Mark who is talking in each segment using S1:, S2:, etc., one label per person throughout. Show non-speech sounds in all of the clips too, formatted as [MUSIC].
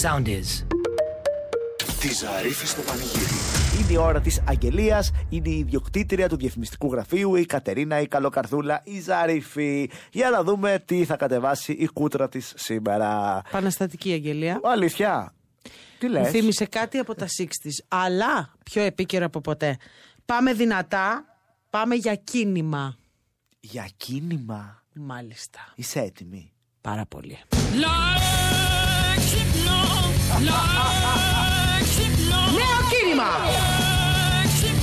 S1: sound is.
S2: Τη Ζαρίφη στο πανηγύρι.
S3: Είναι η ώρα της αγγελίας. Είναι η ιδιοκτήτρια του διαφημιστικού γραφείου, η Κατερίνα, η Καλοκαρδούλα, η Ζαρίφη. Για να δούμε τι θα κατεβάσει η κούτρα της σήμερα.
S4: Παναστατική αγγελία.
S3: Αλήθεια. Τι λε.
S4: Μου θύμισε κάτι από τα 60 αλλά πιο επίκαιρο από ποτέ. Πάμε δυνατά, πάμε για κίνημα.
S3: Για κίνημα.
S4: Μάλιστα.
S3: Είσαι έτοιμη.
S4: Πάρα πολύ. Νέο κίνημα!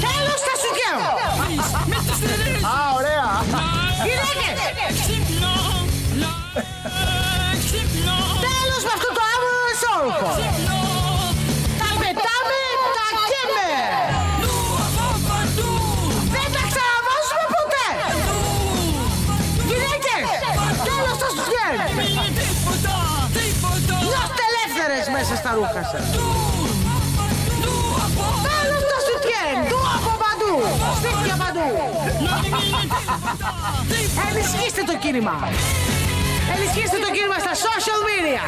S4: Τέλος τα σου
S3: Α, ωραία.
S4: Γυναίκες! Τέλος με αυτό το άγνωρο σόρκο! Τα πετάμε, τα καίμε! Δεν τα ξαναβάζουμε ποτέ! Γυναίκες! Τέλος τα σου Νιώστε ελεύθερες μέσα στα ρούχα σας! Τέλος τα σου Του από παντού! Στίχια παντού! Ενισχύστε το κίνημα! Ενισχύστε το κίνημα στα social media!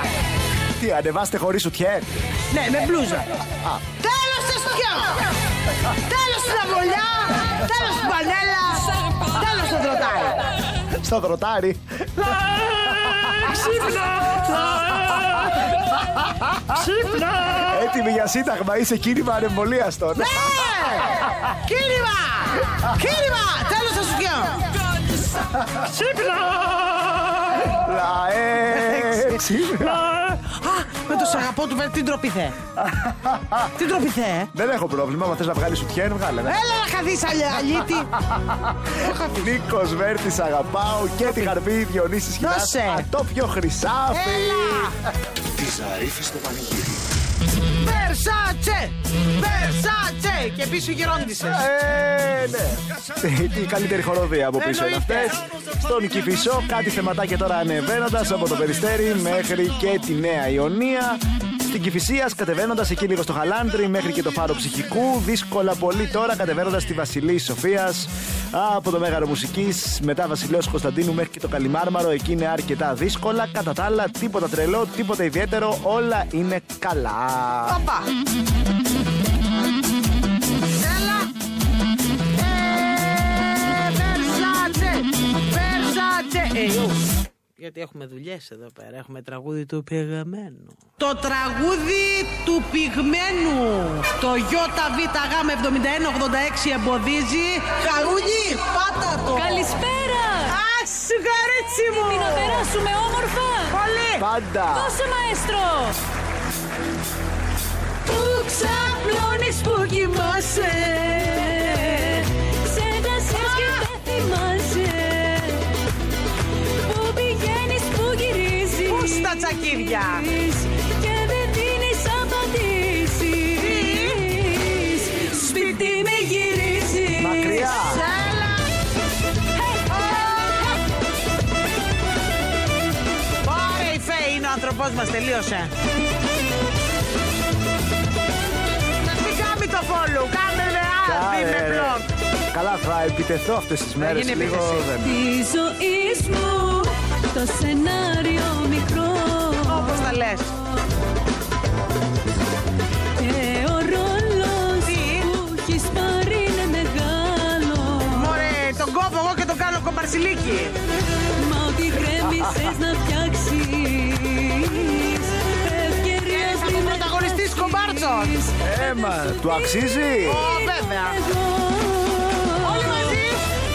S3: Τι, ανεβάστε χωρίς σουτιέν.
S4: Ναι, με μπλούζα. Τέλος στο σκιό! Τέλος στην αμπολιά! Τέλος στην πανέλα! Τέλος στο τροτάρι!
S3: Στο δροτάρι. Έτοιμη για σύνταγμα, είσαι κίνημα ανεμβολία τώρα.
S4: Ε! Κίνημα! Κίνημα! Τέλος στο σκιό!
S3: ε, Λαέξι.
S4: Α, με το σ' αγαπώ του βέβαια, τι ντροπή θε. Τι ντροπή θε, ε.
S3: Δεν έχω πρόβλημα, μα θες να βγάλεις σουτιέν, βγάλε. ναι.
S4: Έλα να χαθείς αλια- αλίτη. Το είχα πει.
S3: Νίκος Βέρτης, σ' αγαπάω και τη χαρπή Διονύση Χιλιά.
S4: Δώσε. Ε,
S3: Το πιο χρυσάφι.
S4: Έλα!
S2: Τη Ζαρίφη στο πανηγύρι.
S4: Versace! Versace! Και πίσω γερόντισες.
S3: Ε, ναι. Η καλύτερη χοροδία από πίσω είναι αυτές. Στον Κυφισό, κάτι θεματάκια τώρα ανεβαίνοντας από το Περιστέρι μέχρι και τη Νέα Ιωνία. Στην Κυφυσία, κατεβαίνοντας εκεί λίγο στο Χαλάντρι μέχρι και το φάρο ψυχικού. Δύσκολα πολύ τώρα κατεβαίνοντας στη Βασιλής Σοφίας. Από το Μέγαρο Μουσικής, μετά Βασιλέο Κωνσταντίνου μέχρι και το Καλιμάρμαρο. Εκεί είναι αρκετά δύσκολα. Κατά τα άλλα, τίποτα τρελό, τίποτα ιδιαίτερο. Όλα είναι καλά.
S4: Παπά. Έλα. Ε, Versace, Versace. Ε, ου. Γιατί έχουμε δουλειές εδώ πέρα. Έχουμε τραγούδι του πυγμένου. Το τραγούδι του πυγμένου. Το ΙΒΓ7186 εμποδίζει. Χαρούνι, πάτα το.
S5: Καλησπέρα!
S4: Ας, γαρίτσι μου.
S5: Να περάσουμε όμορφα!
S4: Πολύ.
S3: Πάντα!
S5: Δώσε μαέστρο! Που ξαπλώνεις, που κοιμάσαι Ξέχασες και δεν θυμάσαι Που πηγαίνεις, που γυρίζεις
S4: Πού στα τσακίδια.
S5: Και δεν δίνεις απαντήσεις Σπίτι με γυρίζεις
S3: Μακριά!
S4: Έλα. Ωραία η Φέη είναι ο άνθρωπός μας, τελείωσε. Τι κάνει το follow, κάνε με άρδη, με
S3: Κάνε, ρε.
S4: blog.
S3: Καλά, θα επιτεθώ αυτές τις μέρες
S4: γίνει
S3: λίγο.
S4: επίθεση.
S3: δεν-
S5: Της ζωής μου το σενάριο μικρό.
S4: Όπως τα λες.
S5: Και ο ρόλος
S4: Τι?
S5: που έχεις πάρει είναι μεγάλο.
S4: Μωρέ, τον κόβω εγώ και τον κάνω κομπαρσιλίκι.
S5: Μα ό,τι γκρέμισες να φτιάξεις. Ευκαιρία
S4: Θέλεις να
S5: πριν
S4: μου πρωταγωνιστής κομπάρτσος.
S3: Έμα, Ε, του αξίζει!
S4: Ω, βέβαια.
S5: Όλοι μαζί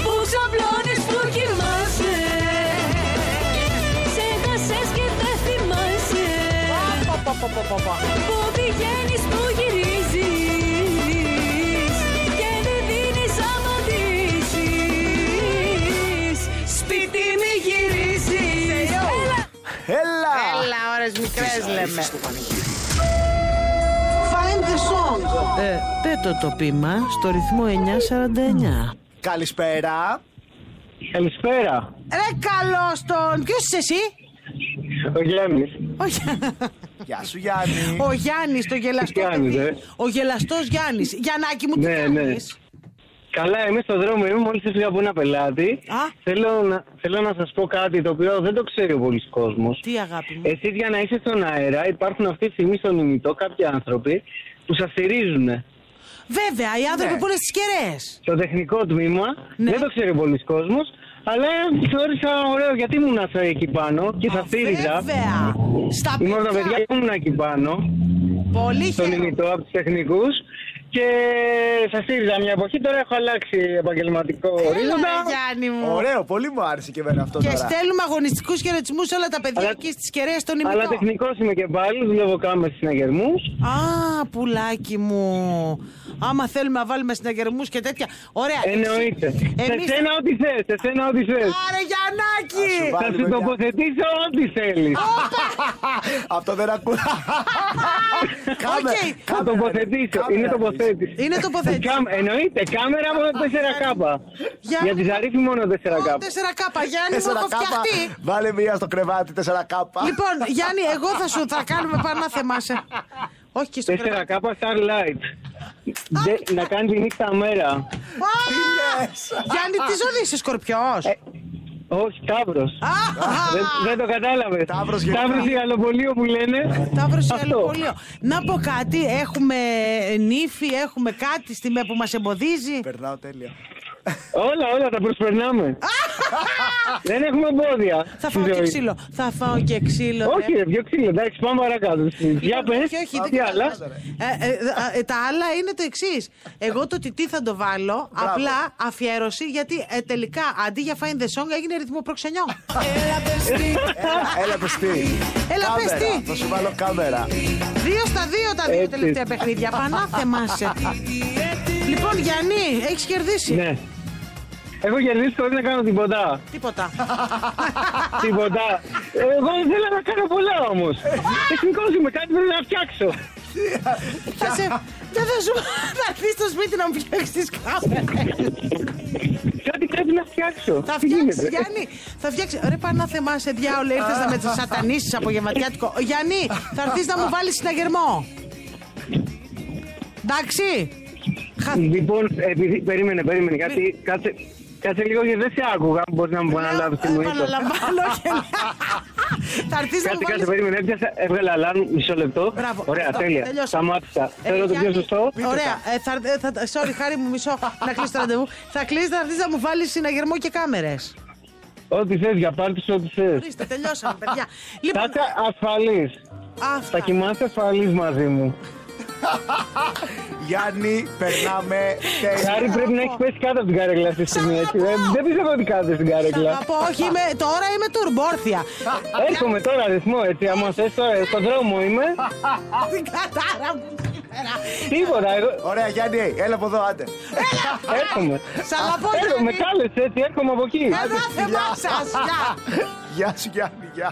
S5: που ξαπλώνεις που κοιμάσαι Ξέχασες και δεν θυμάσαι Που πηγαίνεις που γυρίζεις Και δεν δίνεις απαντήσεις Σπίτι μη γυρίζεις Έλα
S3: Έλα!
S4: Έλα, ώρες μικρές λέμε.
S2: Στο πανηγύρι.
S4: Find the song. Ε, πέτω το πείμα στο ρυθμό 949.
S3: Καλησπέρα!
S6: Καλησπέρα.
S4: Ρε καλό τον. Ποιος είσαι εσύ,
S6: Ο Γιάννης.
S4: Όχι. [LAUGHS]
S3: Γεια σου Γιάννη!
S4: Ο Γιάννης, το γελαστό.
S6: Γιάννης,
S4: παιδί.
S6: ε.
S4: Ο γελαστός Γιάννης. Γιαννάκι μου, τι
S6: Ναι, ναι.
S4: κάνεις?
S6: Καλά, είμαι στο δρόμο, είμαι μόλις έφυγα από ένα πελάτη.
S4: Α.
S6: Θέλω να, θέλω να σας πω κάτι το οποίο δεν το ξέρει ο πολλής κόσμος.
S4: Τι αγάπη μου.
S6: Εσείς για να είστε στον αέρα υπάρχουν αυτή τη στιγμή στον ημιτό κάποιοι άνθρωποι που σας στηρίζουν.
S4: Βέβαια, οι
S6: ναι.
S4: άνθρωποι που είναι στις κεραίες.
S6: Στο τεχνικό τμήμα
S4: Ναι.
S6: δεν το ξέρει ο πολλής κόσμος. Αλλά θεώρησα ωραίο γιατί ήμουν αυτό εκεί πάνω και θα στήριζα.
S4: Βέβαια. Στα
S6: Ήμουν τα παιδιά
S4: παιδιά.
S6: που ήμουν εκεί πάνω.
S4: Πολύ
S6: στον
S4: χαίρομαι.
S6: ημιτό από τους τεχνικούς. Και σα στήριζα μια εποχή. Τώρα έχω αλλάξει επαγγελματικό ορίζοντα.
S4: Έλα, Γιάννη μου.
S3: Ωραίο, πολύ μου άρεσε και εμένα αυτό
S4: Και
S3: τώρα.
S4: στέλνουμε αγωνιστικούς χαιρετισμούς σε όλα τα παιδιά
S6: Αλλά-
S4: εκεί στις κεραίες των
S6: Αλλά
S4: ημιτών.
S6: τεχνικός είμαι και πάλι. Δουλεύω κάμες συναγερμούς.
S4: Α, πουλάκι μου. Άμα θέλουμε να βάλουμε συναγερμούς και τέτοια. Ωραία.
S6: Εννοείται. Σε
S4: Εμείς-
S6: σένα ό,τι θες. Σε σένα ό,τι θες.
S3: Ας
S4: Άρε
S3: σου
S4: Γιαννάκη!
S3: βάλω.
S6: Θα
S3: Πάλι,
S6: σου
S3: παιδιά.
S6: τοποθετήσω ό,τι θέλεις.
S3: αυτό δεν
S4: [LAUGHS]
S3: ακούω. Κάμε,
S4: Οκ.
S6: Θα τοποθετήσω. Είναι τοποθέτηση.
S4: Είναι τοποθέτηση.
S6: Κάμ- Εννοείται. Κάμερα μόνο 4K.
S4: Για-
S6: Για τη ζαρίφη μόνο 4K.
S4: 4 κάπα, Γιάννη μου,
S3: 4
S4: έχω φτιαχτεί.
S3: Βάλε μία στο κρεβάτι, 4 κάπα.
S4: Λοιπόν, Γιάννη, εγώ θα σου θα κάνουμε πάνω να θεμάσαι. Όχι και στο
S6: 4K Starlight. Δε- Να κάνεις τη νύχτα μέρα.
S3: Τι
S4: Α,
S3: λες?
S4: Γιάννη, τι ζώδη είσαι, Σκορπιός.
S6: Όχι, Ταύρος. Ε, Δεν, δεν το κατάλαβες.
S3: Ταύρος γενικά.
S6: Ταύρος Γαλοπολείο που λένε.
S4: Ταύρος σε
S6: Αυτό.
S4: γαλοπολείο. Να πω κάτι, έχουμε νύφη, έχουμε κάτι στη μέ που μας εμποδίζει.
S3: Περνάω τέλεια.
S6: Όλα, όλα τα
S4: [LAUGHS]
S6: προσπερνάμε. δεν έχουμε εμπόδια.
S4: Θα
S6: στη
S4: φάω και
S6: ζωή.
S4: ξύλο. Θα φάω και ξύλο. ρε.
S6: Όχι, ρε, πιο ξύλο. Εντάξει, πάμε παρακάτω. Για πες.
S4: Όχι, όχι,
S6: Τι
S4: δεν
S6: άλλα.
S4: κατάλαβα. Ε, ε, ε, ε, Τα άλλα είναι το εξής. Εγώ το τι θα το βάλω, απλά αφιέρωση, γιατί ε, τελικά αντί για find the song έγινε ρυθμό
S6: [LAUGHS]
S4: προξενιό.
S3: Έλα,
S4: [LAUGHS]
S3: Έλα, πες τι.
S4: Έλα, πες
S3: Κάμερα.
S4: τι.
S3: Θα σου βάλω κάμερα.
S4: δύο στα δύο τα δύο
S6: Έτσι.
S4: τελευταία παιχνίδια. Πανάθεμα
S6: [LAUGHS]
S4: σε. Λοιπόν, Γιάννη, έχεις κερδίσει.
S6: Ναι. Έχω κερδίσει χωρίς να κάνω τίποτα.
S4: [LAUGHS] Τίποτα.
S6: τίποτα. Εγώ δεν θέλω να κάνω πολλά όμως.
S4: [LAUGHS]
S6: Τεχνικός είμαι, κάτι πρέπει να φτιάξω.
S4: θα
S6: [LAUGHS]
S4: σε. Δεν θα σου. θα έρθει στο σπίτι να μου φτιάξει τις κάμερες.
S6: Κάτι πρέπει να φτιάξω.
S4: Θα
S6: Τι
S4: φτιάξει,
S6: γίνεται?
S4: Γιάννη. Θα φτιάξεις. Ρε, πανάθεμά σε διάολο, ήρθες να με
S6: [LAUGHS]
S4: σατανίσει απογευματιάτικο. Γιάννη, θα έρθεις να μου βάλεις συναγερμό. Εντάξει. Χα-
S6: Λοιπόν, επειδή, περίμενε, περίμενε, κάτι, κάτσε, κάτσε λίγο γιατί δεν σε άκουγα, μπορείς να μου επαναλάβεις τι μου είπες. [LAUGHS]
S4: Επαναλαμβάνω και Ε, Θα έρθεις να μου
S6: Κάτσε,
S4: βάλεις.
S6: κάτσε, περίμενε, έπιασα, έβγαλα αλάρμ, μισό λεπτό.
S4: Μπράβο.
S6: Ωραία,
S4: Εδώ,
S6: τέλεια.
S4: τελειώσαμε.
S6: Σταμάτησα.
S4: Ε,
S6: Θέλω το πιο
S4: Γιάννη,
S6: σωστό.
S4: Ωραία. Ε, θα, ε, θα, sorry, χάρη μου,
S6: [LAUGHS]
S4: μισό να κλείσει το ραντεβού. Θα κλείσει, θα έρθεις να μου βάλεις συναγερμό και κάμερες.
S6: Ό,τι θες, για πάρτι σου, ό,τι θες.
S4: Ορίστε, τελειώσαμε, παιδιά. λοιπόν,
S6: Κάτσε ασφαλής. Θα
S4: αυτά.
S6: κοιμάσαι ασφαλής μαζί μου.
S3: Γιάννη, περνάμε τέλεια.
S6: Χάρη πρέπει να έχεις πέσει κάτω από την καρέκλα αυτή τη στιγμή, έτσι. Δεν
S4: αγαπώ.
S6: δεν πιστεύω ότι κάθεσαι στην καρέκλα.
S4: Από, όχι, είμαι, τώρα είμαι τουρμπόρθια.
S6: Έρχομαι τώρα αριθμό, έτσι. Άμα θες τώρα, στον δρόμο είμαι.
S4: Την κατάρα μου σήμερα.
S6: Τίποτα, εγώ-
S3: Ωραία, Γιάννη, έλα από εδώ, άντε.
S6: έρχομαι.
S4: Σαλαπώ,
S6: Έρχομαι,
S4: Γιάννη.
S6: κάλεσε, έτσι, έρχομαι από εκεί.
S4: Ανάθεμά σας, γεια.
S3: Γεια σου, Γιάννη, γεια.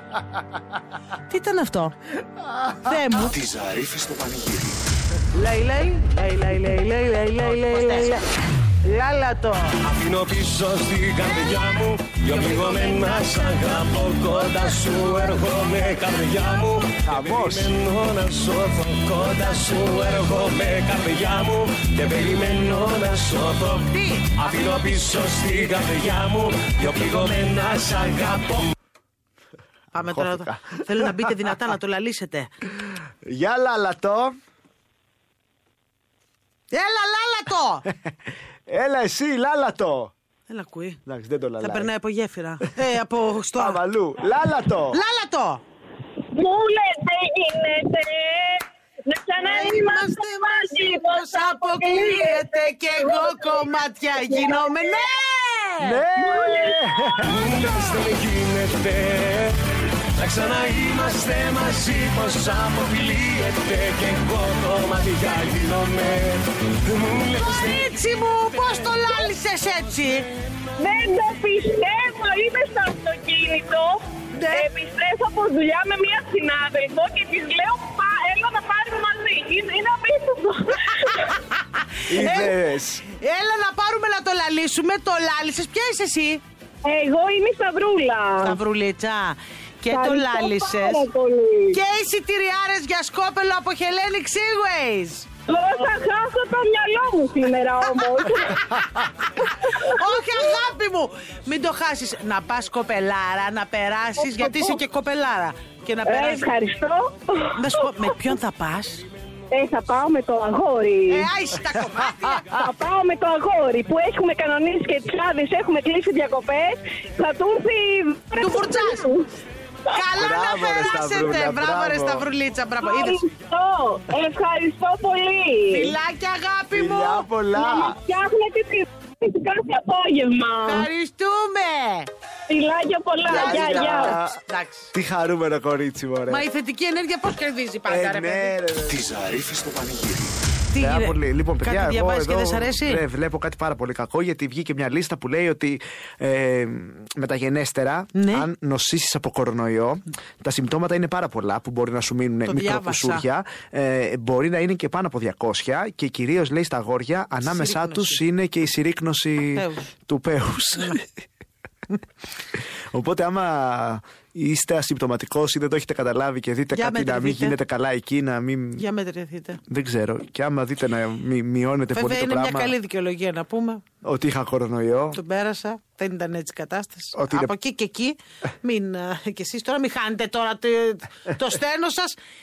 S4: Τι ήταν αυτό. Θεέ μου.
S2: Τη Ζαρίφη στο πανηγύρι.
S4: Λέει, λέει, λέει, λέει, λέει, λέει, λέει, λέει, λέει, λέει, λέει. Λάλατο.
S1: Αφήνω πίσω στην καρδιά μου Δυο πληγωμένα σ' αγαπώ Κοντά σου έρχομαι καρδιά μου
S3: Χαμός.
S1: Και περιμένω να σώθω Κοντά σου έρχομαι καρδιά μου Και περιμένω να σώθω
S4: Τι?
S1: Αφήνω πίσω στην καρδιά μου Δυο πληγωμένα σ' αγαπώ
S4: Πάμε τώρα.
S3: Χώθηκα.
S4: Θέλω να μπείτε δυνατά να το λαλήσετε.
S3: Γεια, λαλατό.
S4: Έλα, λάλατο.
S3: Έλα εσύ, λάλατο.
S4: Έλα, ακούει.
S3: Εντάξει, δεν το λαλάει.
S4: Θα περνάει από γέφυρα. Ε, από στο.
S3: Παπαλού, λάλατο.
S4: Λάλατο.
S7: Μου λες δεν γίνεται Να ξαναείμαστε μαζί πως αποκλείεται
S4: και εγώ κομμάτια γίνομαι. Ναι!
S3: Ναι.
S1: Μου λες δεν γίνεται να ξαναείμαστε μαζί πως αποκλείεται και εγώ κομμάτια γίνομαι Μου λες δεν
S4: Κορίτσι μου, πώς το λάλησες έτσι. ε?
S7: Δεν το πιστεύω Είμαι στο αυτοκίνητο
S4: Ναι.
S7: Επιστρέφω από δουλειά με μια συνάδελφο και της λέω Πα, έλα να πάρουμε μαζί. Είναι, είναι
S4: [LAUGHS]
S7: απίστευτο.
S4: Ε,
S3: Είδες.
S4: Έλα να πάρουμε να το λαλήσουμε. Το λάλησες. Ποια είσαι εσύ,
S7: Εγώ είμαι η Σταυρούλα.
S4: Σταυρουλίτσα. Και το
S7: Ευχαριστώ
S4: λάλησες.
S7: πάρα πολύ.
S4: Και εισιτηριάρες για σκόπελο από Hellenic Seaways.
S7: Εγώ θα χάσω το μυαλό μου σήμερα
S4: [LAUGHS]
S7: όμως.
S4: Όχι, αγάπη μου! Μην το χάσεις. Να πας κοπελάρα, να περάσεις, γιατί είσαι και κοπελάρα. Και να
S7: ε,
S4: περάσεις.
S7: ευχαριστώ.
S4: Να σου πω, με ποιον θα πας.
S7: Ε, θα πάω με το αγόρι.
S4: Ε, άισε τα
S3: [LAUGHS]
S4: κομμάτια.
S7: Θα πάω με το αγόρι που έχουμε κανονίσει και τσάδες, έχουμε κλείσει διακοπές. Θα του έρθει.
S4: Του φουρτσάς. Καλά να
S3: Μπράβο, ρε,
S4: περάσετε.
S3: Σταυρούλα,
S4: Μπράβο, ρε
S3: μπράβο.
S4: Σταυρουλίτσα. Μπράβο. Είδες.
S7: Ευχαριστώ. Ευχαριστώ πολύ.
S4: Φιλάκια, αγάπη μου.
S3: Φιλιά πολλά.
S7: Να μας φτιάχνετε τη φύση κάθε απόγευμα.
S4: Ευχαριστούμε.
S7: Φιλάκια πολλά. Γεια,
S3: Φιλάκια.
S7: γεια.
S4: Εντάξει.
S3: Τι χαρούμενο κορίτσι μου, ρε.
S4: Μα η θετική ενέργεια πώς κερδίζει πάντα,
S3: Ε,
S4: ρε
S3: ναι,
S4: παιδί.
S3: ρε, ρε.
S2: Τη Ζαρίφη στο πανηγύρι.
S4: Τι
S3: Πάρα
S4: γίνεται?
S3: πολύ. Λοιπόν, παιδιά,
S4: Κάτι
S3: εγώ
S4: διαβάζει
S3: εδώ,
S4: και δεν σ' αρέσει.
S3: Ναι, βλέπω κάτι πάρα πολύ κακό γιατί βγήκε μια λίστα που λέει ότι ε, μεταγενέστερα,
S4: Ναι.
S3: αν νοσήσεις από κορονοϊό, τα συμπτώματα είναι πάρα πολλά που μπορεί να σου μείνουν
S4: διάβασα.
S3: μικροκουσούρια. Ε, μπορεί να είναι και πάνω από 200 και κυρίως λέει στα αγόρια, ανάμεσά του
S4: Συρρίκνωση.
S3: είναι και η συρρήκνωση
S4: Πέους.
S3: του πέους.
S4: Ναι.
S3: [LAUGHS] Οπότε, άμα είστε ασυμπτωματικός ή δεν το έχετε καταλάβει και δείτε
S4: Για
S3: κάτι να μην
S4: μετρηθείτε.
S3: γίνεται καλά εκεί, να μην
S4: Για μετρηθείτε.
S3: δεν ξέρω. Και άμα δείτε να μει- μειώνεται
S4: Βέβαια
S3: πολύ
S4: είναι
S3: το
S4: μια
S3: πράγμα
S4: καλή δικαιολογία να πούμε.
S3: ότι είχα κορονοϊό.
S4: Τον πέρασα. Δεν ήταν έτσι η κατάσταση.
S3: Ότι είναι-
S4: Από εκεί και εκεί. Μην, α, και εσείς τώρα μην χάνετε τώρα το, το στένο σα.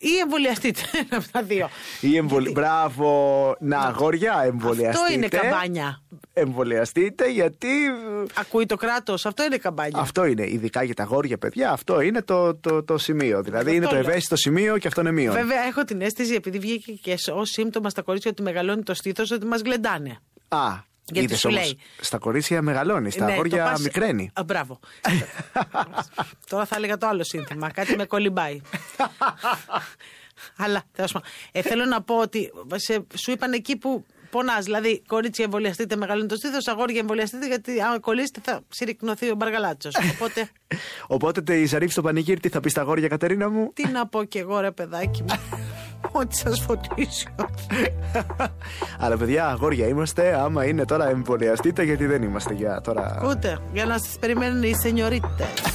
S4: Ή εμβολιαστείτε [LAUGHS] ένα από τα δύο.
S3: Ή εμβολι... Μπράβο, να αγόρια, εμβολιαστείτε.
S4: Αυτό είναι καμπάνια.
S3: Εμβολιαστείτε γιατί...
S4: Ακούει το κράτος. Αυτό είναι καμπάνια.
S3: Αυτό είναι, ειδικά για τα αγόρια, παιδιά, αυτό είναι το, το, το σημείο. Δηλαδή είναι το
S4: λέω.
S3: ευαίσθητο σημείο και αυτό είναι μείον.
S4: Βέβαια, έχω την αίσθηση, επειδή βγήκε και ως σύμπτωμα στα κορίτσια ότι μεγαλώνει το στήθος, ότι μας γλεντάνε.
S3: Α,
S4: Γιατί
S3: είδες
S4: σου
S3: όμως,
S4: λέει.
S3: στα κορίτσια μεγαλώνεις, στα
S4: Ναι,
S3: αγόρια
S4: το πας-
S3: μικραίνει.
S4: Α,
S3: [LAUGHS]
S4: μπράβο. Τώρα θα έλεγα το άλλο σύνθημα. Κάτι με κολυμπάει. Αλλά τέλος πάντων. Ε, θέλω να πω ότι σε- σου είπαν εκεί που πονάς. Δηλαδή, κορίτσια εμβολιαστείτε, μεγαλώνει το στήθος. Αγόρια εμβολιαστείτε, γιατί αν κολλήσετε θα συρρυκνωθεί ο μπαργαλάτσος. Οπότε,
S3: Οπότε η Ζαρίφη στο πανηγύρι, τι θα πει στα αγόρια, Κατερίνα μου.
S4: τι να πω κι εγώ, ρε παιδάκι μου. [LAUGHS] Ότι σας φωτίσω.
S3: Αλλά παιδιά, αγόρια είμαστε. Άμα είναι τώρα, εμβολιαστείτε γιατί δεν είμαστε για τώρα.
S4: Ούτε για να σας περιμένουν οι σενιωρίτε.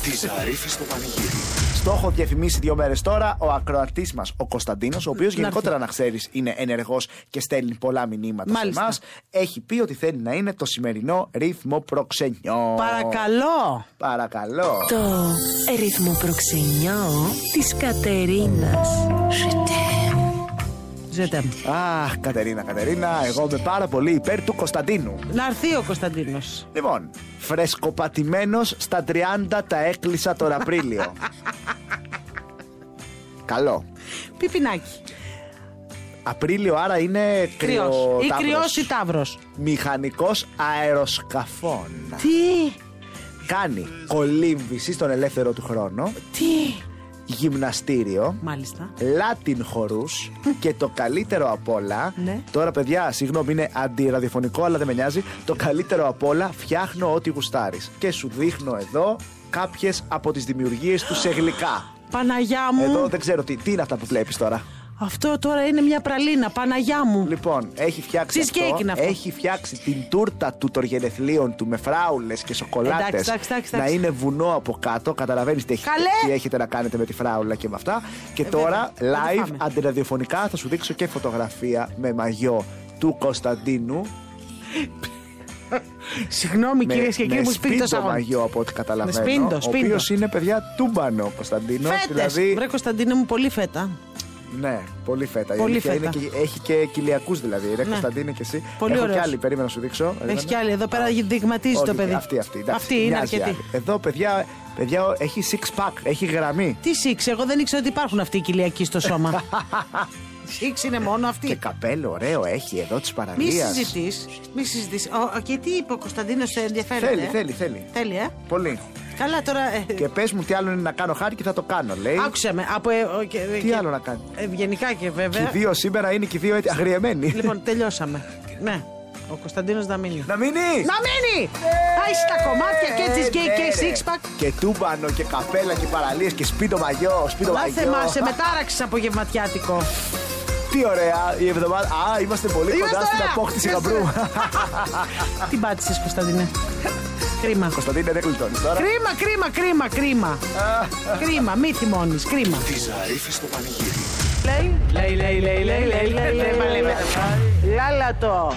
S2: Τη Ζαρίφη στο πανηγύρι.
S3: Στο έχω διαφημίσει δύο μέρες τώρα ο ακροατής μας, ο Κωνσταντίνος, ο οποίος
S4: Να
S3: γενικότερα να ξέρεις είναι ενεργός και στέλνει πολλά μηνύματα
S4: Μάλιστα.
S3: σε εμάς. Έχει πει ότι θέλει να είναι το σημερινό ρύθμο προξενιό.
S4: Παρακαλώ.
S3: Παρακαλώ.
S5: Το ρυθμό προξενιό της Κατερίνας.
S4: Ζέτε.
S3: Αχ, Κατερίνα, Κατερίνα, εγώ είμαι πάρα πολύ υπέρ του Κωνσταντίνου.
S4: Να έρθει ο Κωνσταντίνος.
S3: Λοιπόν, φρεσκοπατημένος στα 30 τα έκλεισα τον
S4: [LAUGHS]
S3: Απρίλιο. Καλό.
S4: Πιπινάκι.
S3: Απρίλιο άρα είναι κρυός.
S4: Κρυό. Ή κρυός ή ταύρος.
S3: Μηχανικός αεροσκαφών.
S4: Τι,
S3: Κάνει κολύμβηση στον ελεύθερο του χρόνο,
S4: τι.
S3: γυμναστήριο,
S4: Μάλιστα.
S3: Latin χορούς και το καλύτερο απ' όλα.
S4: Ναι.
S3: Τώρα, παιδιά, συγγνώμη, είναι αντιραδιοφωνικό, αλλά δεν με νοιάζει. Το καλύτερο απ' όλα, φτιάχνω ό,τι γουστάρεις. Και σου δείχνω εδώ κάποιες από τις δημιουργίες τους σε γλυκά.
S4: Παναγιά μου.
S3: Εδώ δεν ξέρω τι, τι είναι αυτά που βλέπεις τώρα.
S4: Αυτό τώρα είναι μια πραλίνα. Παναγιά μου.
S3: Λοιπόν, έχει φτιάξει
S4: Cheesecake
S3: αυτό,
S4: είναι αυτό.
S3: Έχει φτιάξει την τούρτα του των γενεθλίων του με φράουλες και σοκολάτες.
S4: Εντάξει, εντάξει, εντάξει,
S3: Να
S4: εντάξει.
S3: είναι βουνό από κάτω. Καταλαβαίνεις τι, έχετε-
S4: Καλέ! Ε,
S3: τι έχετε να κάνετε με τη φράουλα και με αυτά. Και τώρα
S4: βέβαια, δεν
S3: live
S4: φάμε.
S3: αντιραδιοφωνικά θα σου δείξω και φωτογραφία με μαγιό του Κωνσταντίνου.
S4: Συγγνώμη
S3: με
S4: κυρίες και κύριοι,
S3: με
S4: μου σπίτι το
S3: σπίντο
S4: σαγόνι.
S3: μαγιό από ό,τι καταλαβαίνω.
S4: σπίντο,
S3: ο
S4: σπίντο.
S3: οποίο είναι παιδιά τούμπανο ο Κωνσταντίνος.
S4: Φέτες.
S3: Δηλαδή,
S4: Βρε Κωνσταντίνε μου, πολύ φέτα.
S3: Ναι, πολύ φέτα. Η
S4: Πολύ
S3: αλήθεια
S4: φέτα. Ναι.
S3: Είναι και, έχει και κοιλιακούς δηλαδή. Ρε Κωνσταντίνε και εσύ.
S4: Πολύ
S3: Έχω
S4: ωραίος.
S3: και άλλη, περίμενα να σου δείξω. ναι.
S4: Έχει
S3: Περίμενα.
S4: κι άλλη. Εδώ πέρα δειγματίζει
S3: Όχι,
S4: το παιδί.
S3: Αυτή, αυτή. εντάξει,
S4: Αυτή είναι
S3: μοιάζει
S4: αρκετή.
S3: άλλη. Εδώ, παιδιά, παιδιά, έχει six pack, έχει γραμμή.
S4: Τι σίξ, εγώ δεν ήξερα ότι υπάρχουν αυτοί οι κοιλιακοί στο σώμα.
S3: [LAUGHS]
S4: σίξ είναι μόνο
S3: Και
S4: αυτή.
S3: καπέλο, ωραίο, έχει εδώ της
S4: Μη
S3: παραλία.
S4: συζητείς. Μη συζητείς. Και τι είπε ο Κωνσταντίνος, σε ενδιαφέρεται.
S3: Θέλει,
S4: ε?
S3: θέλει, θέλει.
S4: Θέλει, ε.
S3: Πολύ.
S4: Καλά τώρα. ε,
S3: Και πες μου τι άλλο είναι να κάνω χάρη και θα το κάνω, λέει.
S4: Άκουσε με. Από, ε, ο- και-
S3: Τι
S4: και- ε,
S3: άλλο να κάνει.
S4: Ευγενικά και
S3: Και οι
S4: βέβαια.
S3: δύο σήμερα είναι και οι δύο έτσι αγριεμένοι.
S4: ε. λοιπόν, τελειώσαμε. ναι, ο Κωνσταντίνος να μείνει.
S3: [LAUGHS] Να μείνει!
S4: Να μείνει! Άι τα κομμάτια και έτσι
S3: Ε, ναι,
S4: και
S3: ρε.
S4: six pack.
S3: Και τούμπανο και καπέλα και παραλίες και σπίτο μαγιό. Σπίτο
S4: Να
S3: μαγιό.
S4: θεμάσαι, μετάραξε απογευματιάτικο.
S3: Τι ωραία η εβδομάδα. Α, είμαστε πολύ
S4: Είμαστε
S3: κοντά στην
S4: ωραία.
S3: απόκτηση
S4: Είμαστε
S3: γαμπρού.
S4: Την πάτησες, Κωνσταντίνε. κρίμα.
S3: [LAUGHS] Κωνσταντίνε, δεν γλιτώνεις τώρα.
S4: κρίμα, κρίμα, κρίμα, κρίμα. κρίμα, μη θυμώνεις, κρίμα.
S2: Τη Ζαρίφη στο πανηγύρι.
S4: Λέει. Λέει, λέει, λέει, λέει, λέει,
S3: Ναι,
S4: λέει, λέει, μα λέει μετά. Λάλατο.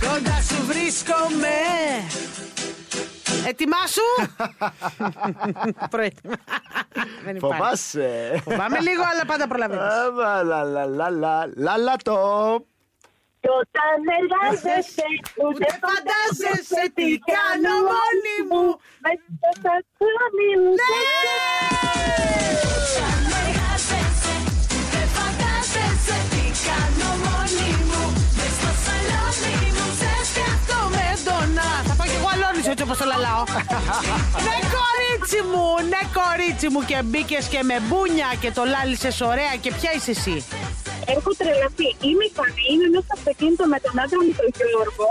S4: Κοντά σου βρίσκομαι. [LAUGHS] Ετοιμάσου. Προέτοιμα. Δεν υπάρχει.
S3: Φοβάσαι.
S4: Φοβάμαι λίγο, αλλά πάντα προλαβαίνεις.
S3: Άβα, λα, λα, λα, λα, λα, λα, το.
S7: Κι όταν εργάζεσαι, ούτε
S4: φαντάζεσαι τι κάνω μόνη μου. Ναι.
S7: Μέσα στο σαλόνι μου,
S4: Σκέφτομαι έντονα. Θα πάω κι εγώ αλώνης έτσι όπως το [LAUGHS] λαλάω. ναι κορίτσι μου, ναι κορίτσι μου και μπήκες και με μπούνια και το λάλησες ωραία και ποια είσαι εσύ.
S7: Έχω τρελαθεί. Είμαι ικανή, είμαι μέσα στο αυτοκίνητο με τον άντρα μου τον Γιώργο.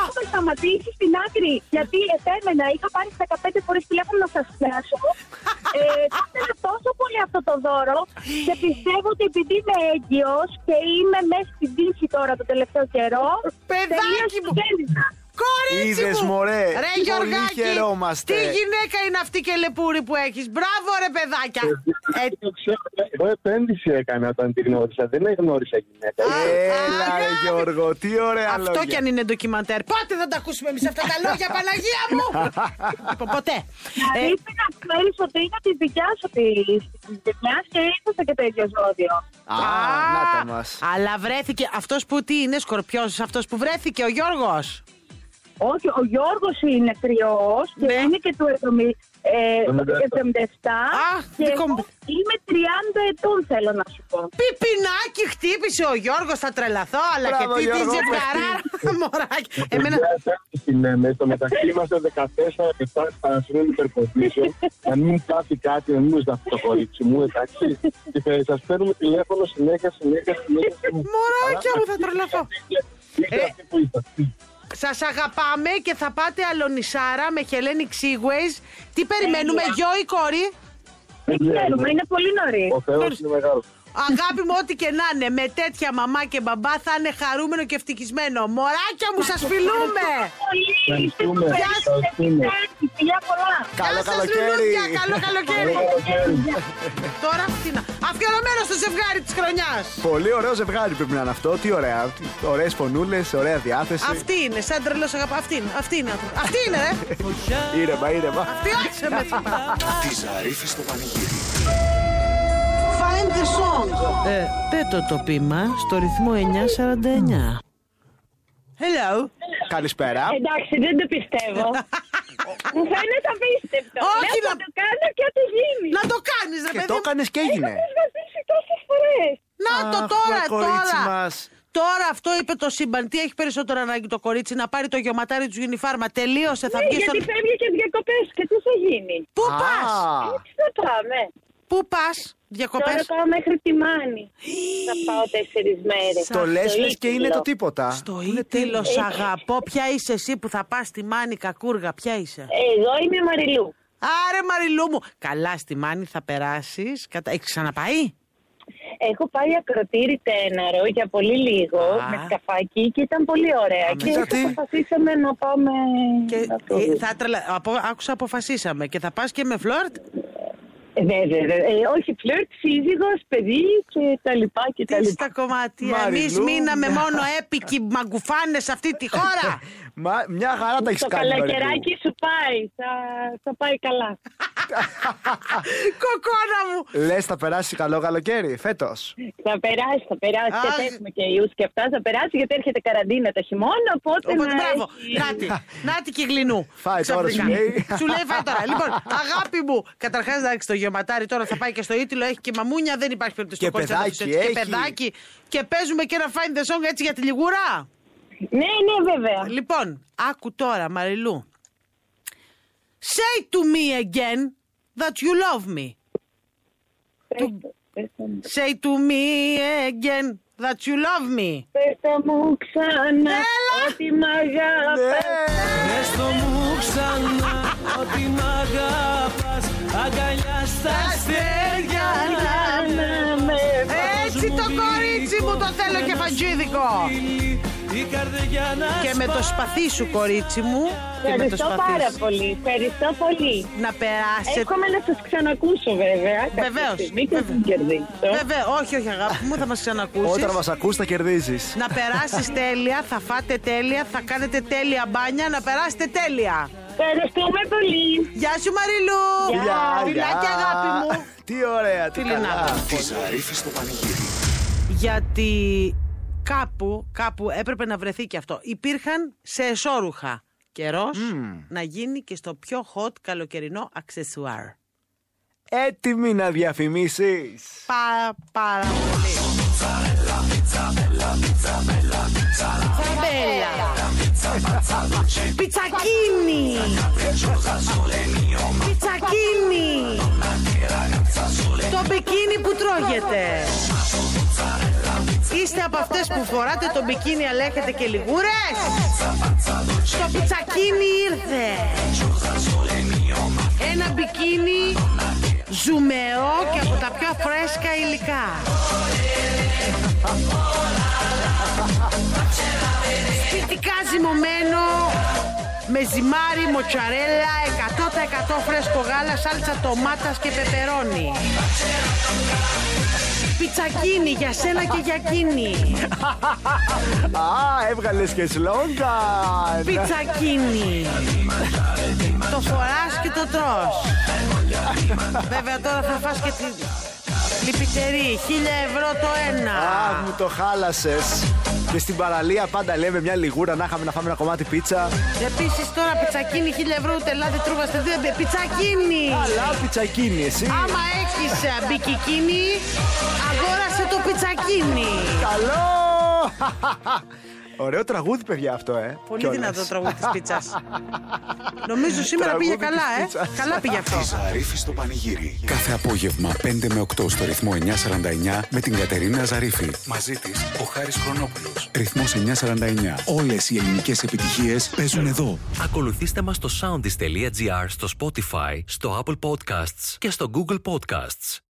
S7: Έχουμε σταματήσει στην άκρη γιατί επέμενα. Είχα πάρει 15 φορές τηλέφωνο να σας
S4: [LAUGHS]
S7: πιάσω. ε, το ήθελα τόσο πολύ αυτό το δώρο και πιστεύω ότι επειδή είμαι έγκυος και είμαι μέσα στην τύχη τώρα το τελευταίο καιρό.
S4: Παιδάκι
S7: τελείως
S4: μου.
S7: το κέρδισα.
S4: Κορίτσι
S3: Είδες,
S4: μου.
S3: μωρέ.
S4: Ρε
S3: Πολύ
S4: Γιωργάκη,
S3: χαιρόμαστε.
S4: τι γυναίκα είναι αυτή και λεπούρη που έχεις. Μπράβο ρε παιδάκια. ε,
S6: Το ξέρω, Εγώ επένδυση έκανα όταν τη γνώρισα. Δεν γνώρισα γυναίκα.
S3: Έλα, ρε
S4: αγάπη.
S3: Γιώργο, τι ωραία
S4: Ε, αυτό
S3: λόγια.
S4: κι αν είναι ντοκιμαντέρ. Πότε θα τα ακούσουμε εμείς αυτά τα
S3: [LAUGHS]
S4: λόγια, Παναγία μου. λοιπόν, ποτέ. Ε,
S7: Πρέπει Δηλαδή, να ξέρεις ότι είναι τη δικιά σου τη γενιάς και είσαστε και το ίδιο ζώδιο.
S3: Α, να τα μας.
S4: Αλλά βρέθηκε αυτός που τι είναι, σκορπιός, αυτός που βρέθηκε, ο Γιώργος.
S7: Όχι, ο Γιώργος είναι κρυό και
S4: Ναι.
S7: είναι και του 70, ε, 77.
S4: Αχ,
S7: και
S4: δικό
S7: εγώ
S4: μου.
S7: είμαι 30 ετών, θέλω να σου πω.
S4: Πιπινάκι χτύπησε ο Γιώργος, θα τρελαθώ, αλλά
S3: Μπράβο,
S4: και τι τη
S3: Γιώργο,
S4: ζευγαράρα, [LAUGHS] μωράκι. Εμένα...
S6: λέμε, ε, στο μεταξύ είμαστε 14 λεπτά στα σύνολη υπερκοπήσεων. Να μην πάθει κάτι, να μην μου ζαφεί το κορίτσι μου, εντάξει. Και θα σας παίρνουμε τηλέφωνο συνέχεια, συνέχεια, συνέχεια.
S4: Μωράκια μου, θα τρελαθώ. Ε,
S6: Είστε αυτοί που είσαστε.
S4: Σας αγαπάμε και θα πάτε αλονισάρα με Χελένη Ξίγουεϊς. Τι περιμένουμε, Γιώη κόρη.
S7: Δεν ξέρουμε, είναι πολύ νωρί.
S6: Ε, ναι, Ο Θεός είναι μεγάλος.
S4: Αγάπη μου, ό,τι και να είναι, με τέτοια μαμά και μπαμπά θα είναι χαρούμενο και ευτυχισμένο. Μωράκια μου, σας φιλούμε!
S7: Πολύ, είστε
S6: Ευχαριστούμε,
S7: super,
S6: ευχαριστούμε.
S7: είστε φιλιά πολλά.
S3: Καλό
S4: Γεια σας,
S3: καλοκαίρι.
S4: λουλούδια, καλό καλοκαίρι. Τώρα αυτή να... Αφιερωμένος στο ζευγάρι της χρονιάς.
S3: Πολύ ωραίο ζευγάρι πρέπει να είναι αυτό. Τι ωραία. Ωραίες φωνούλες, ωραία διάθεση.
S4: Αυτή είναι, σαν τρελός αγαπά. Αυτή είναι, αυτή είναι. άνθρωπο. Αυτή είναι, ρε.
S3: Ήρεμα, ήρεμα.
S4: Αυτή άσε με.
S2: Τη Ζαρίφη στο πανηγύρι.
S4: Find the song. Ε, Τέτο το πείμα στο ρυθμό 949. Hello.
S3: Καλησπέρα.
S4: Ε,
S7: Εντάξει, δεν το πιστεύω. Μου φαίνεται απίστευτο.
S4: Όχι,
S7: Λέω
S4: να-
S7: θα το κάνω και ό,τι γίνει.
S4: Να το κάνεις ρε
S3: Και
S4: παιδί
S3: το
S4: μου.
S3: έκανες και έγινε.
S7: Έχω σβήσει τόσες φορές.
S4: Να το
S3: Αχ,
S4: τώρα,
S3: μα, κορίτσι
S4: τώρα.
S3: μας.
S4: Τώρα αυτό είπε το σύμπαν. Τι έχει περισσότερο ανάγκη το κορίτσι να πάρει το γεωματάρι του Γιουνιφάρμα. Τελείωσε, θα
S7: Ναι,
S4: βγει
S7: γιατί
S4: στον.
S7: φεύγει και διακοπές και τι θα γίνει.
S4: Πού
S3: Α,
S4: πας,
S7: Έτσι θα πάμε.
S4: πού πας,
S7: Τώρα
S4: διακοπές.
S7: πάω μέχρι τη Μάνη. Θα πάω τέσσερις μέρες.
S3: Το λες λες και είναι το
S7: Ήθυλο.
S3: τίποτα.
S4: Στο ήττιλο σ' αγαπώ. Ποια είσαι εσύ που θα πας στη Μάνη Κακούργα, ποια είσαι.
S7: Εγώ είμαι η Μαριλού.
S4: Άρε Μαριλού μου. Καλά στη Μάνη θα περάσεις. Κατα... Έχεις ξαναπάει.
S7: Έχω πάει ακροτήρι τέναρο για πολύ λίγο
S4: Α.
S7: με σκαφάκι και ήταν πολύ ωραία. και
S3: μετά τι?
S7: αποφασίσαμε να πάμε.
S4: Και
S7: να το
S4: ε,
S7: δούμε.
S4: θα τρελα... από... Άκουσα αποφασίσαμε και θα πας και με φλόρτ.
S7: Βέβαια, βέβαια. Ε, όχι, φλερτ, σύζυγος, παιδί και τα λοιπά και τα
S4: Τι
S7: λοιπά.
S4: στα κομμάτια. Εμείς
S3: Μαριλού.
S4: μείναμε μόνο έπικοι μαγκουφάνες σε αυτή τη
S3: [LAUGHS]
S4: χώρα.
S3: Μα μια χαρά τα έχει
S7: Το
S3: κάνει. Μαριλού.
S7: καλακεράκι σου πάει. Θα, θα πάει καλά.
S4: Κοκόνα μου.
S3: Λες θα περάσει καλό καλοκαίρι φέτος.
S7: θα περάσει, θα περάσει.
S4: Αχ.
S7: Και θα έχουμε και ιούς και αυτά. Θα περάσει γιατί έρχεται καραντίνα το χειμώνα. Οπότε,
S4: Οπότε
S7: να
S4: μπράβο.
S7: Ναι, έχει-
S4: Νάτι, νάτι και γλυνού.
S3: Φάει τώρα,
S4: Ξαφνικά.
S3: σου λέει.
S4: Σου λέει φάει τώρα. Λοιπόν, αγάπη μου. Καταρχάς, εντάξει, το γεωματάρι τώρα θα πάει και στο ήττιλο. Έχει και μαμούνια, δεν υπάρχει περίπτωση
S3: Και
S4: το κόλλησε να το
S3: παιδάκι
S4: αφήσει έτσι.
S3: έχει.
S4: Και παιδάκι. Και παίζουμε και ένα find the song έτσι για τη λιγουρά.
S7: Ναι, ναι, βέβαια.
S4: Λοιπόν, άκου τώρα, Μαριλού. Say to me again that you love me.
S7: Πες το, πες το μου.
S4: Say to me again that you love me.
S7: Πες το μου ξανά
S4: Έλα.
S7: ότι μ'
S3: Ναι.
S7: αγαπάς.
S1: Πες το μου ξανά ότι μ' αγάπας Αγκαλιά στα αστέρια
S4: Έλα.
S7: Να με
S4: Έτσι, Έτσι το κορίτσι μου το θέλω κεφαντζίδικο. Και με το σπαθί σου κορίτσι μου. Και με το
S7: Ευχαριστώ
S4: σπαθί
S7: πάρα
S4: σου.
S7: πολύ. Ευχαριστώ πολύ.
S4: Να περάσετε.
S7: Εύχομαι να σας ξανακούσω βέβαια. κάποια
S4: Βεβαίως,
S7: στιγμή και να
S4: βέβαια.
S7: μην κερδίσω.
S4: Βέβαια, όχι, όχι αγάπη μου, θα μας ξανακούσεις.
S3: Όταν μας ακούς θα κερδίζεις.
S4: Να περάσεις τέλεια, θα φάτε τέλεια, θα κάνετε τέλεια μπάνια, να περάσετε τέλεια.
S7: Ευχαριστούμε πολύ.
S4: Γεια σου Μαριλού. Φιλάκια αγάπη μου.
S3: Τι ωραία, τι
S4: Φιλινάδα.
S3: καλά.
S2: Τη Ζαρίφη στο πανηγύρι.
S4: Γιατί κάπου, κάπου έπρεπε να βρεθεί και αυτό. Υπήρχαν σε εσώρουχα. Καιρός να γίνει και στο πιο hot καλοκαιρινό αξεσουάρ.
S3: Έτοιμη να διαφημίσεις.
S4: Πάρα, πάρα πολύ. Φαμπέλα. Πιτσακίνι. Πιτσακίνι. Το μπικίνι που τρώγεται. Είστε από αυτές που φοράτε το μπικίνι αλλά έχετε και λιγούρες. Το πιτσακίνι ήρθε. Ένα μπικίνι ζουμερό και από τα πιο φρέσκα υλικά. Σπιτικά ζυμωμένο με ζυμάρι, μοτσαρέλα, 100% φρέσκο γάλα, σάλτσα ντομάτας και πεπερόνι. Πιτσακίνι για σένα και για εκείνη.
S3: Α, έβγαλες και σλόγγαν.
S4: Πιτσακίνι. το φοράς και το τρως. Βέβαια τώρα θα φας και τη λυπητερή. 1000 ευρώ το ένα.
S3: Αχ, μου το χάλασες. Και στην παραλία πάντα λέμε μια λιγούρα να είχαμε να φάμε ένα κομμάτι πίτσα.
S4: Επίσης τώρα πιτσακίνι 1000 ευρώ ούτε λάδι τρούβαστε δεν μπε- Πιτσακίνι.
S3: Αλλά πιτσακίνη εσύ.
S4: Άμα έχεις ε, μπικικίνι, αγόρασε το πιτσακίνι.
S3: Καλό. [LAUGHS] Ωραίο τραγούδι, παιδιά, αυτό, ε.
S4: Πολύ
S3: Κιόλας.
S4: δυνατό τραγούδι της πίτσας. Νομίζω σήμερα
S3: Τραγούδι
S4: πήγε καλά,
S3: της
S4: ε.
S3: πίτσας.
S4: Καλά πήγε αυτό.
S2: Της Ζαρίφης στο πανηγύρι. Κάθε απόγευμα 5 με 8 στο ρυθμό 949 με την Κατερίνα Ζαρίφη. Μαζί της ο Χάρης Χρονόπουλος. Ρυθμός 949. Όλες οι ελληνικές επιτυχίες παίζουν εδώ.
S8: Ακολουθήστε μας στο soundis.gr, στο Spotify, στο Apple Podcasts και στο Google Podcasts.